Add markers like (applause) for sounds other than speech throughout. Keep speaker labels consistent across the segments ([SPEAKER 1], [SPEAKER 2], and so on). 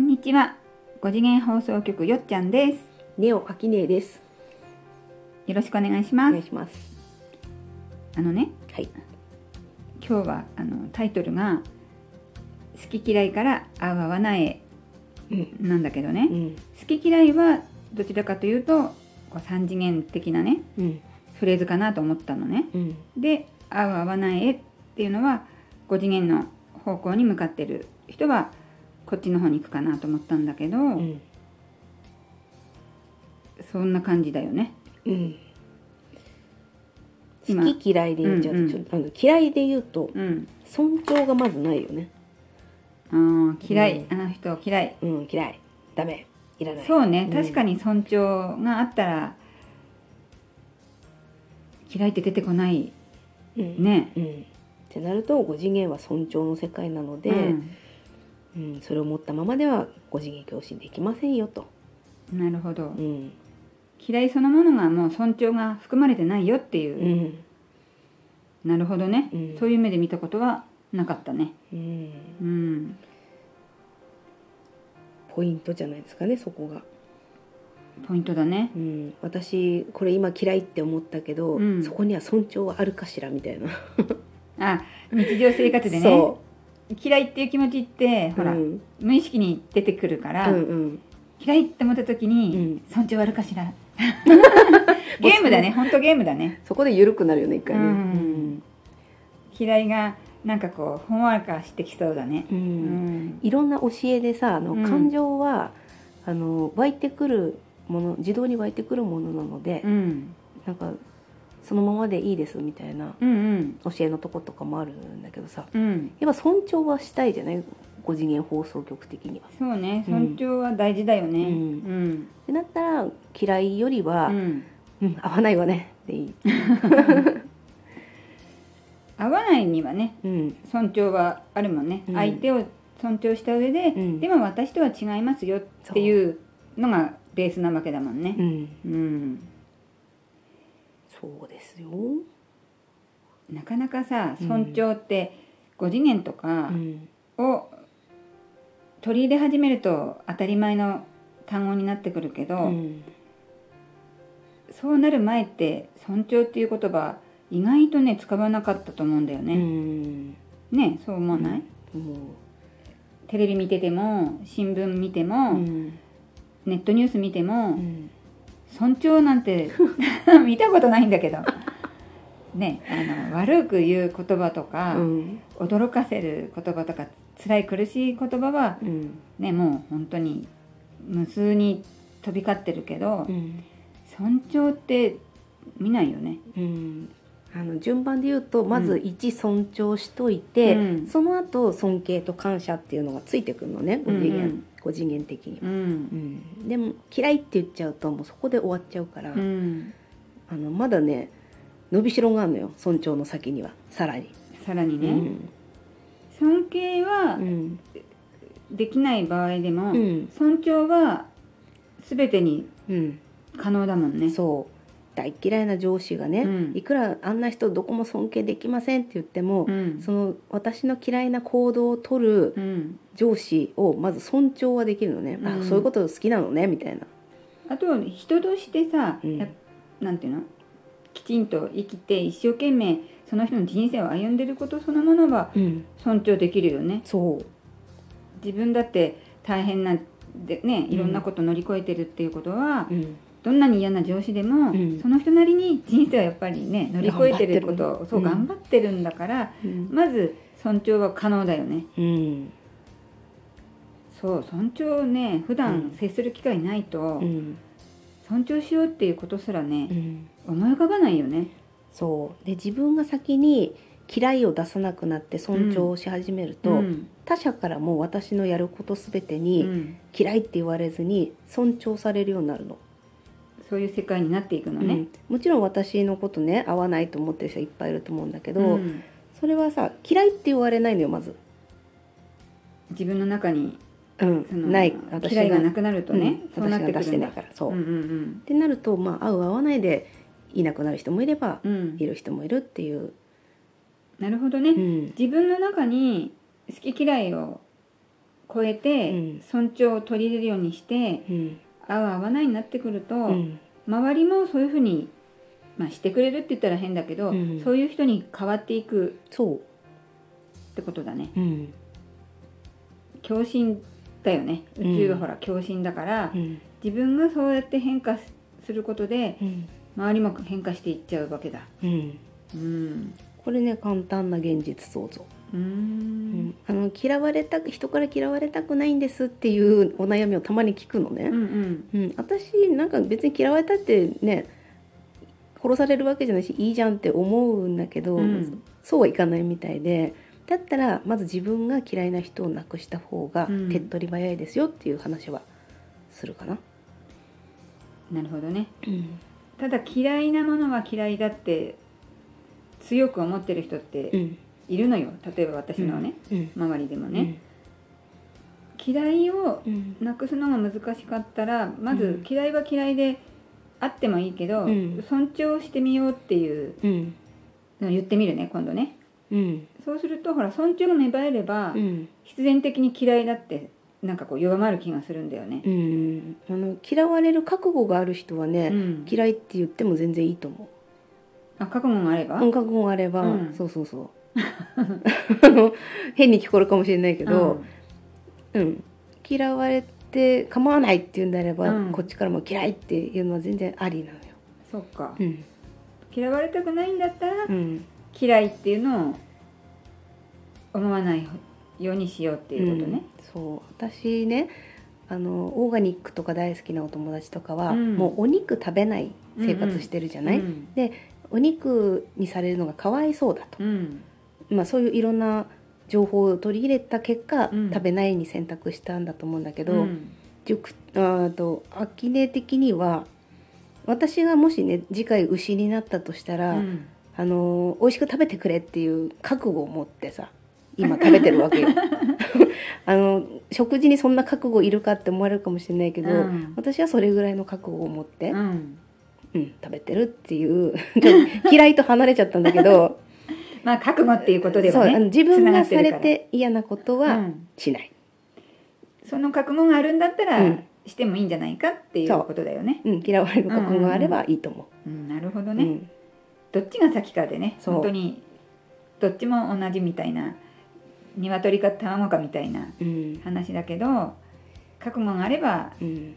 [SPEAKER 1] にちは。5次元放送局よっちゃんです。
[SPEAKER 2] ネオアキネです。
[SPEAKER 1] よろしくお願いし
[SPEAKER 2] お
[SPEAKER 1] ま
[SPEAKER 2] 願い
[SPEAKER 1] す。
[SPEAKER 2] します。
[SPEAKER 1] あのね、
[SPEAKER 2] はい。
[SPEAKER 1] 今日はあのタイトルが好き嫌いから合う合わないへ
[SPEAKER 2] うん。
[SPEAKER 1] なんだけど
[SPEAKER 2] う
[SPEAKER 1] ね。
[SPEAKER 2] ん。
[SPEAKER 1] 好き嫌いはどちらかというと、こう3次元的なね、
[SPEAKER 2] うん。
[SPEAKER 1] フレーズかなと思ったのね。
[SPEAKER 2] うん。
[SPEAKER 1] で合う合わない絵っていうのは5次元の方向に向かってる人はこっちの方に行くかなと思ったんだけど、
[SPEAKER 2] うん。
[SPEAKER 1] そんな感じだよね。
[SPEAKER 2] うん。
[SPEAKER 1] 今
[SPEAKER 2] 好き嫌いで言っちゃうと、
[SPEAKER 1] うんうん
[SPEAKER 2] ちょっとあの嫌いで言うと
[SPEAKER 1] うん、
[SPEAKER 2] 尊重がまずないよね。
[SPEAKER 1] あー嫌い、
[SPEAKER 2] う
[SPEAKER 1] あの人嫌い。
[SPEAKER 2] うん。嫌い。ダメ。いらない。
[SPEAKER 1] そうね
[SPEAKER 2] ん
[SPEAKER 1] 確かに尊重があったら嫌いって出てこない
[SPEAKER 2] うん。
[SPEAKER 1] ね。
[SPEAKER 2] うん。ってなると5次元は尊重の世界なので、
[SPEAKER 1] うん
[SPEAKER 2] うん、それを持ったままでは5次元共振できませんよと、
[SPEAKER 1] なるほど
[SPEAKER 2] うん
[SPEAKER 1] 嫌いそのものがもう尊重が含まれてないよっていう
[SPEAKER 2] う、ん
[SPEAKER 1] なるほどね、
[SPEAKER 2] うん
[SPEAKER 1] そういう目で見たことはなかったね。
[SPEAKER 2] うん、
[SPEAKER 1] うん
[SPEAKER 2] ポイントじゃないですかねそこが、
[SPEAKER 1] ポイントだね
[SPEAKER 2] う。ん、私これ今嫌いって思ったけど、
[SPEAKER 1] うん
[SPEAKER 2] そこには尊重はあるかしらみたいな
[SPEAKER 1] あ日常生活でね
[SPEAKER 2] そ
[SPEAKER 1] 嫌いっていう気持ちって
[SPEAKER 2] う
[SPEAKER 1] ほら、
[SPEAKER 2] うん
[SPEAKER 1] 無意識に出てくるから、
[SPEAKER 2] うんうん
[SPEAKER 1] 嫌いって思った時に、尊重あるかし
[SPEAKER 2] (laughs)
[SPEAKER 1] らゲームだね本当ゲームだね
[SPEAKER 2] そこで緩くなるよね一回ね
[SPEAKER 1] うん嫌いがなんかこうほんわかしてきそうだね
[SPEAKER 2] うん
[SPEAKER 1] う
[SPEAKER 2] うん
[SPEAKER 1] ん
[SPEAKER 2] いろんな教えでさあの
[SPEAKER 1] うん
[SPEAKER 2] 感情は、あの湧いてくるもの自動に湧いてくるものなので、
[SPEAKER 1] うん
[SPEAKER 2] なんかそのままでいいですみたいな
[SPEAKER 1] うんうん
[SPEAKER 2] 教えのとことかもあるんだけどさ
[SPEAKER 1] うん
[SPEAKER 2] やっぱ尊重はしたいじゃない5次元放送局的には。
[SPEAKER 1] そうね
[SPEAKER 2] うん
[SPEAKER 1] 尊重は大事だよねう
[SPEAKER 2] うん
[SPEAKER 1] ん
[SPEAKER 2] ってなったら嫌いより
[SPEAKER 1] う
[SPEAKER 2] は、
[SPEAKER 1] ん
[SPEAKER 2] うん、合わないわねでいい、
[SPEAKER 1] 合わないにはね
[SPEAKER 2] うん
[SPEAKER 1] 尊重はあるもんね、
[SPEAKER 2] うん
[SPEAKER 1] 相手を尊重した上で、
[SPEAKER 2] うん
[SPEAKER 1] でも私とは違いますよっていうのがベースなわけだもんね
[SPEAKER 2] うん、
[SPEAKER 1] うん、
[SPEAKER 2] そうですよ、
[SPEAKER 1] なかなかさ
[SPEAKER 2] うん
[SPEAKER 1] 尊重って5次元と
[SPEAKER 2] う
[SPEAKER 1] か
[SPEAKER 2] ん
[SPEAKER 1] を取り入れ始めると当たり前の単語になってくるけど、
[SPEAKER 2] うん
[SPEAKER 1] そうなる前って尊重っていう言葉意外とね使わなかったと思うんだよ
[SPEAKER 2] う
[SPEAKER 1] ね、
[SPEAKER 2] ん、
[SPEAKER 1] ねそう思わない、
[SPEAKER 2] も
[SPEAKER 1] テレビ見てても新聞見て
[SPEAKER 2] う、
[SPEAKER 1] も、
[SPEAKER 2] うん
[SPEAKER 1] ネットニュース見ても、
[SPEAKER 2] うん
[SPEAKER 1] 尊重なんて (laughs) 見たことないんだけどねあの悪く言う言葉とか、
[SPEAKER 2] うん
[SPEAKER 1] 驚かせる言葉とか辛い苦しい言葉は
[SPEAKER 2] うん
[SPEAKER 1] ねもう本当に無数に飛び交ってるけど、
[SPEAKER 2] うん
[SPEAKER 1] 尊重って見ないよね。
[SPEAKER 2] うんあの順番で言うとまず1尊重しといて、
[SPEAKER 1] うん
[SPEAKER 2] その後尊敬と感謝っていうのがついてくるのね5次元、
[SPEAKER 1] うんうん
[SPEAKER 2] 5次元的には
[SPEAKER 1] う、ん
[SPEAKER 2] うん、でも嫌いって言っちゃうともうそこで終わっちゃうから、
[SPEAKER 1] うん、
[SPEAKER 2] あのまだね伸びしろがあるのよ尊重の先にはさらに、
[SPEAKER 1] さらに
[SPEAKER 2] う
[SPEAKER 1] ね、
[SPEAKER 2] ん
[SPEAKER 1] 尊敬は
[SPEAKER 2] うん
[SPEAKER 1] できない場合でも、
[SPEAKER 2] うん
[SPEAKER 1] 尊重は全てに
[SPEAKER 2] うん
[SPEAKER 1] 可能だもんね。
[SPEAKER 2] そう大嫌いな上司がね、
[SPEAKER 1] うん
[SPEAKER 2] いくらあんな人どこも尊敬できませんって言っても、
[SPEAKER 1] うん
[SPEAKER 2] その私の嫌いな行動を取る
[SPEAKER 1] うん、
[SPEAKER 2] 上司をまず尊重はできるのね、
[SPEAKER 1] うん
[SPEAKER 2] あそういうこと好きなのねみたいな、
[SPEAKER 1] あと人としてさ、
[SPEAKER 2] うん
[SPEAKER 1] やっなんていうのきちんと生きて一生懸命その人の人生を歩んでることそのものは尊重できるよね。
[SPEAKER 2] そう
[SPEAKER 1] 自分だって大変なでねいろんなこと乗り越えてるっていうことは、どんなに嫌な上司でも、
[SPEAKER 2] うん
[SPEAKER 1] その人なりに人生はやっぱりね乗り越えてることをそう頑
[SPEAKER 2] 頑
[SPEAKER 1] 張ってるんだから、
[SPEAKER 2] うん、
[SPEAKER 1] まず尊重は可能だよね
[SPEAKER 2] うん
[SPEAKER 1] そう尊重ね普段
[SPEAKER 2] うん
[SPEAKER 1] 接する機会ないと、
[SPEAKER 2] うん
[SPEAKER 1] 尊重しようっていうことすら
[SPEAKER 2] う
[SPEAKER 1] ね、
[SPEAKER 2] ん
[SPEAKER 1] 思い浮かばないよね
[SPEAKER 2] そうで自分が先に嫌いを出さなくなって尊重をし始めると、
[SPEAKER 1] うん
[SPEAKER 2] 他者からも私のやることすべて
[SPEAKER 1] う
[SPEAKER 2] に
[SPEAKER 1] ん
[SPEAKER 2] 嫌いって言われずに尊重されるようになるの、
[SPEAKER 1] そういう世界になっていくの
[SPEAKER 2] う
[SPEAKER 1] ね。
[SPEAKER 2] んもちろん私のことね合わないと思ってる人いっぱいいると思うんだけど、
[SPEAKER 1] うん
[SPEAKER 2] それはさ嫌いって言われないのよまず、
[SPEAKER 1] 自分の中に
[SPEAKER 2] うん
[SPEAKER 1] その
[SPEAKER 2] ない
[SPEAKER 1] 嫌いがな
[SPEAKER 2] く
[SPEAKER 1] くなるとね、
[SPEAKER 2] う
[SPEAKER 1] そ
[SPEAKER 2] ん、
[SPEAKER 1] うなっ
[SPEAKER 2] 私が
[SPEAKER 1] てく
[SPEAKER 2] 出し
[SPEAKER 1] る
[SPEAKER 2] て
[SPEAKER 1] ん
[SPEAKER 2] な
[SPEAKER 1] だ
[SPEAKER 2] いからそう、
[SPEAKER 1] う
[SPEAKER 2] っ
[SPEAKER 1] んうん
[SPEAKER 2] てなるとまあ合う合わないでいなくなる人もいれば、
[SPEAKER 1] うんうん
[SPEAKER 2] いる人もいるっていう、
[SPEAKER 1] なるほどね、
[SPEAKER 2] うん
[SPEAKER 1] 自分の中に好き嫌いを超えて、
[SPEAKER 2] うん
[SPEAKER 1] 尊重を取り入れるようにして
[SPEAKER 2] うん
[SPEAKER 1] 合う合わないになってくると、
[SPEAKER 2] うん
[SPEAKER 1] 周りもそういうふうに、まあ、してくれるって言ったら変だけど、
[SPEAKER 2] うん
[SPEAKER 1] そういう人に変わっていく
[SPEAKER 2] そ
[SPEAKER 1] ってことだね
[SPEAKER 2] う、うん
[SPEAKER 1] 共振だよね宇宙は
[SPEAKER 2] うん
[SPEAKER 1] ほら共振だから、
[SPEAKER 2] うん
[SPEAKER 1] 自分がそうやって変化すすることで
[SPEAKER 2] うん
[SPEAKER 1] 周りも変化していっちゃうわけだ
[SPEAKER 2] うん、
[SPEAKER 1] うん
[SPEAKER 2] これね簡単な現実創造、
[SPEAKER 1] うー
[SPEAKER 2] うんん、あの嫌われたく人から嫌われたくないんですっていうお悩みをたまに聞くのね
[SPEAKER 1] うんう、ん
[SPEAKER 2] うん、私なんか別に嫌われたってね殺されるわけじゃないしいいじゃんって思うんだけど、
[SPEAKER 1] うん
[SPEAKER 2] そうはいかないみたいでだったらまず自分が嫌いな人をなくした方が
[SPEAKER 1] うん
[SPEAKER 2] 手っ取り早いですよっていう話はするかな。
[SPEAKER 1] なるほどね
[SPEAKER 2] うん
[SPEAKER 1] ただ嫌いなものは嫌いだって強く思ってる人って
[SPEAKER 2] ん
[SPEAKER 1] いるのよ例えば私のね、
[SPEAKER 2] うん
[SPEAKER 1] 周りでもね、嫌いを
[SPEAKER 2] うん
[SPEAKER 1] なくすのが難しかったらま
[SPEAKER 2] う
[SPEAKER 1] ず
[SPEAKER 2] ん
[SPEAKER 1] 嫌いは嫌いであってもいいけど、
[SPEAKER 2] うん
[SPEAKER 1] 尊重してみようっていう
[SPEAKER 2] うん
[SPEAKER 1] のを言ってみるね今度ね
[SPEAKER 2] うん
[SPEAKER 1] そうするとほら尊重が芽生えれば、
[SPEAKER 2] うん
[SPEAKER 1] 必然的に嫌いだってなんかこう弱まる気がするんだよね、
[SPEAKER 2] うんあの嫌われる覚悟がある人はね、
[SPEAKER 1] うん
[SPEAKER 2] 嫌いって言っても全然いいと思う。
[SPEAKER 1] あ覚悟があれば、
[SPEAKER 2] 感覚があれば、
[SPEAKER 1] うん
[SPEAKER 2] そうそうそうあの変に聞こえるかもしれないけど、うん嫌われて構わないって言うんであれば、
[SPEAKER 1] うん
[SPEAKER 2] こっちからも嫌いっていうのは全然ありなのよ。
[SPEAKER 1] そっか、
[SPEAKER 2] うん
[SPEAKER 1] 嫌われたくないんだったら
[SPEAKER 2] うん
[SPEAKER 1] 嫌いっていうのを思わないようにしようっていうことね、
[SPEAKER 2] そう私ねあのオーガニックとか大好きなお友達とかは、
[SPEAKER 1] うん
[SPEAKER 2] もうお肉食べない生活してるじゃない、
[SPEAKER 1] うん
[SPEAKER 2] お肉にされるのがかわいそうだと、
[SPEAKER 1] うん
[SPEAKER 2] まあ、そういういろんな情報を取り入れた結果、
[SPEAKER 1] うん
[SPEAKER 2] 食べないに選択したんだと思うんだけど、
[SPEAKER 1] うん
[SPEAKER 2] 塾あーと秋音的には私がもしね次回牛になったとしたら、
[SPEAKER 1] うん
[SPEAKER 2] あのー美味しく食べてくれっていう覚悟を持ってさ今食べてる
[SPEAKER 1] (laughs)
[SPEAKER 2] わけよ (laughs) あの食事にそんな覚悟いるかって思われるかもしれないけど、
[SPEAKER 1] うん
[SPEAKER 2] 私はそれぐらいの覚悟を持って、うん
[SPEAKER 1] うん
[SPEAKER 2] 食べてるっていう (laughs) ちょっと嫌いと離れちゃったんだけど
[SPEAKER 1] まあ覚悟っていう (laughs) ことで
[SPEAKER 2] そう
[SPEAKER 1] は
[SPEAKER 2] あの
[SPEAKER 1] ね
[SPEAKER 2] 自分
[SPEAKER 1] つ
[SPEAKER 2] が
[SPEAKER 1] な
[SPEAKER 2] さ
[SPEAKER 1] がっ
[SPEAKER 2] れ
[SPEAKER 1] るから
[SPEAKER 2] て嫌なこと
[SPEAKER 1] う
[SPEAKER 2] は
[SPEAKER 1] ん
[SPEAKER 2] しない。
[SPEAKER 1] その覚悟があるんだったら、
[SPEAKER 2] うん
[SPEAKER 1] してもいいんじゃないかっていうことだよね、
[SPEAKER 2] うん、嫌われる覚悟があればいいと思
[SPEAKER 1] うん、なるほど
[SPEAKER 2] う。
[SPEAKER 1] ね、
[SPEAKER 2] うん
[SPEAKER 1] どっちが先かでね
[SPEAKER 2] そう
[SPEAKER 1] 本当にどっちも同じみたいな鶏か卵かみたいな
[SPEAKER 2] うん
[SPEAKER 1] 話だけど覚悟があれば
[SPEAKER 2] うん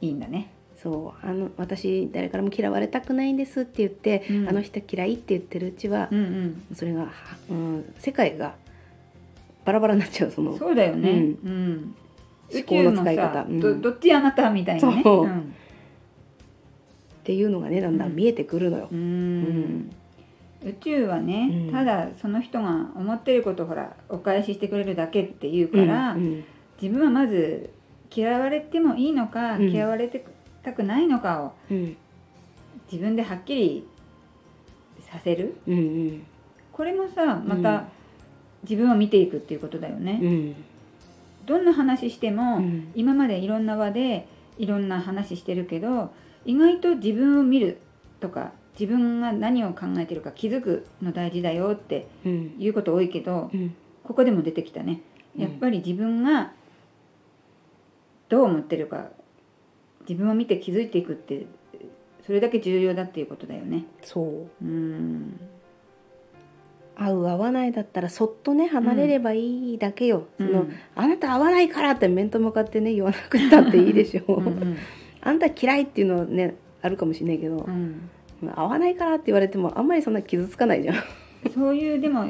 [SPEAKER 1] いいんだね
[SPEAKER 2] そうあの私誰からも嫌われたくないんですって言って、
[SPEAKER 1] うん
[SPEAKER 2] あの人嫌いって言ってるうちは
[SPEAKER 1] う、ん
[SPEAKER 2] それが、はうん、世界がバラバラになっちゃうそ
[SPEAKER 1] うん
[SPEAKER 2] の
[SPEAKER 1] そうだよね
[SPEAKER 2] う
[SPEAKER 1] うんん、宇宙
[SPEAKER 2] 思考
[SPEAKER 1] も
[SPEAKER 2] の使い方
[SPEAKER 1] さ、
[SPEAKER 2] うん
[SPEAKER 1] どどっちあなたみたいなね
[SPEAKER 2] そう
[SPEAKER 1] うん
[SPEAKER 2] っていうのがねだんだん見えてくるのよ
[SPEAKER 1] う。ん宇宙はね、
[SPEAKER 2] うん
[SPEAKER 1] ただその人が思ってることをほらお返ししてくれるだけっていうから、
[SPEAKER 2] うん
[SPEAKER 1] 自分はまず嫌われてもいいのか、
[SPEAKER 2] うん
[SPEAKER 1] 嫌われてたくないのかを
[SPEAKER 2] うん
[SPEAKER 1] 自分ではっきりさせる
[SPEAKER 2] うんうん
[SPEAKER 1] これもさま
[SPEAKER 2] うん
[SPEAKER 1] た自分を見ていくっていうことだよね、
[SPEAKER 2] うん
[SPEAKER 1] どんな話しても、
[SPEAKER 2] うん
[SPEAKER 1] 今までいろんな場でいろんな話してるけど意外と自分を見るとか自分が何を考えてるか気づくの大事だよって
[SPEAKER 2] うん
[SPEAKER 1] いうこと多いけど
[SPEAKER 2] うん
[SPEAKER 1] ここでも出てきたね
[SPEAKER 2] うん
[SPEAKER 1] やっぱり自分がどう思ってるか自分を見て気づいていくってそれだけ重要だっていうことだよね
[SPEAKER 2] そ
[SPEAKER 1] う
[SPEAKER 2] う
[SPEAKER 1] ん
[SPEAKER 2] 合う合わないだったらそっとね離れればいいだけよ、
[SPEAKER 1] うん
[SPEAKER 2] その、
[SPEAKER 1] うん
[SPEAKER 2] あなた合わないからって面と向かってね言わなくったっていいでしょ
[SPEAKER 1] うん
[SPEAKER 2] あんた嫌いっていうのはねあるかもしれないけど、
[SPEAKER 1] うん
[SPEAKER 2] 合わないからって言われてもあんまりそんな傷つかないじゃん。
[SPEAKER 1] そういうでも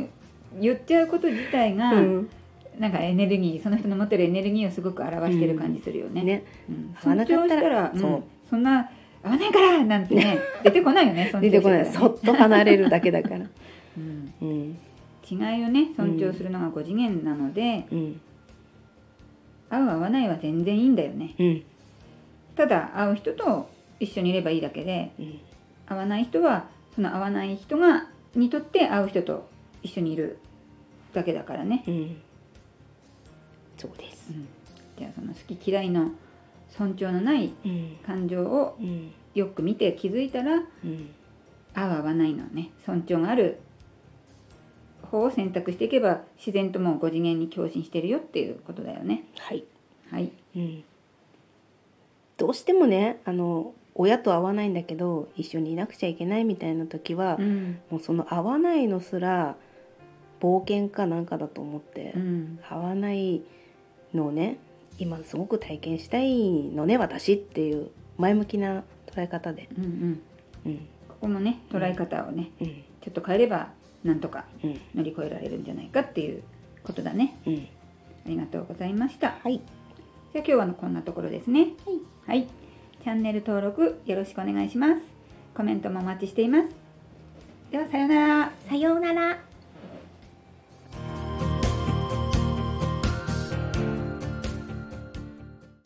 [SPEAKER 1] 言っちゃうこと自体が、
[SPEAKER 2] うん
[SPEAKER 1] なんかエネルギーその人の持ってるエネルギーをすごく表してる感じするよね。
[SPEAKER 2] ね、
[SPEAKER 1] うん、
[SPEAKER 2] 合
[SPEAKER 1] 尊
[SPEAKER 2] わなか
[SPEAKER 1] 重
[SPEAKER 2] っ
[SPEAKER 1] したた
[SPEAKER 2] ら
[SPEAKER 1] ら、うん、
[SPEAKER 2] そう
[SPEAKER 1] そんな合わないからなんて
[SPEAKER 2] (laughs)
[SPEAKER 1] ね出てこないよね尊重
[SPEAKER 2] 出てこない
[SPEAKER 1] してた
[SPEAKER 2] そ
[SPEAKER 1] らね
[SPEAKER 2] っと離れるだけだから。
[SPEAKER 1] うん、
[SPEAKER 2] うん
[SPEAKER 1] 違いをね尊重するのが5次元なので、
[SPEAKER 2] うん
[SPEAKER 1] 合う合わないは全然いいんだよね
[SPEAKER 2] うん
[SPEAKER 1] ただ合う人と一緒にいればいいだけで
[SPEAKER 2] うん
[SPEAKER 1] 合わない人はその合わない人がにとって合う人と一緒にいるだけだからね、
[SPEAKER 2] うんそうです
[SPEAKER 1] う。ん、じゃあその好き嫌いの尊重のない
[SPEAKER 2] うん
[SPEAKER 1] 感情を
[SPEAKER 2] うん
[SPEAKER 1] よく見て気づいたら
[SPEAKER 2] うん
[SPEAKER 1] 合う合わないのね尊重がある方を選択していけば自然ともう5次元に共振してるよっていうことだよね。
[SPEAKER 2] はい、
[SPEAKER 1] はい。
[SPEAKER 2] うん、どうしてもねあの親と会わないんだけど一緒にいなくちゃいけないみたいな時は、
[SPEAKER 1] うん。
[SPEAKER 2] もうその会わないのすら冒険かなんかだと思って、
[SPEAKER 1] うん。
[SPEAKER 2] 会わないのをね今すごく体験したいのね私っていう前向きな捉え方で、
[SPEAKER 1] うんうん。
[SPEAKER 2] うん
[SPEAKER 1] ここもね、捉え方をね、
[SPEAKER 2] うん
[SPEAKER 1] ちょっと変えればなんとか
[SPEAKER 2] うん
[SPEAKER 1] 乗り越えられるんじゃないかっていうことだね。
[SPEAKER 2] うん、
[SPEAKER 1] ありがとうございました。
[SPEAKER 2] はい
[SPEAKER 1] じゃあ今日はこんなところですね。はい。チャンネル登録よろしくお願いします。コメントもお待ちしています。ではさようなら。
[SPEAKER 2] さようなら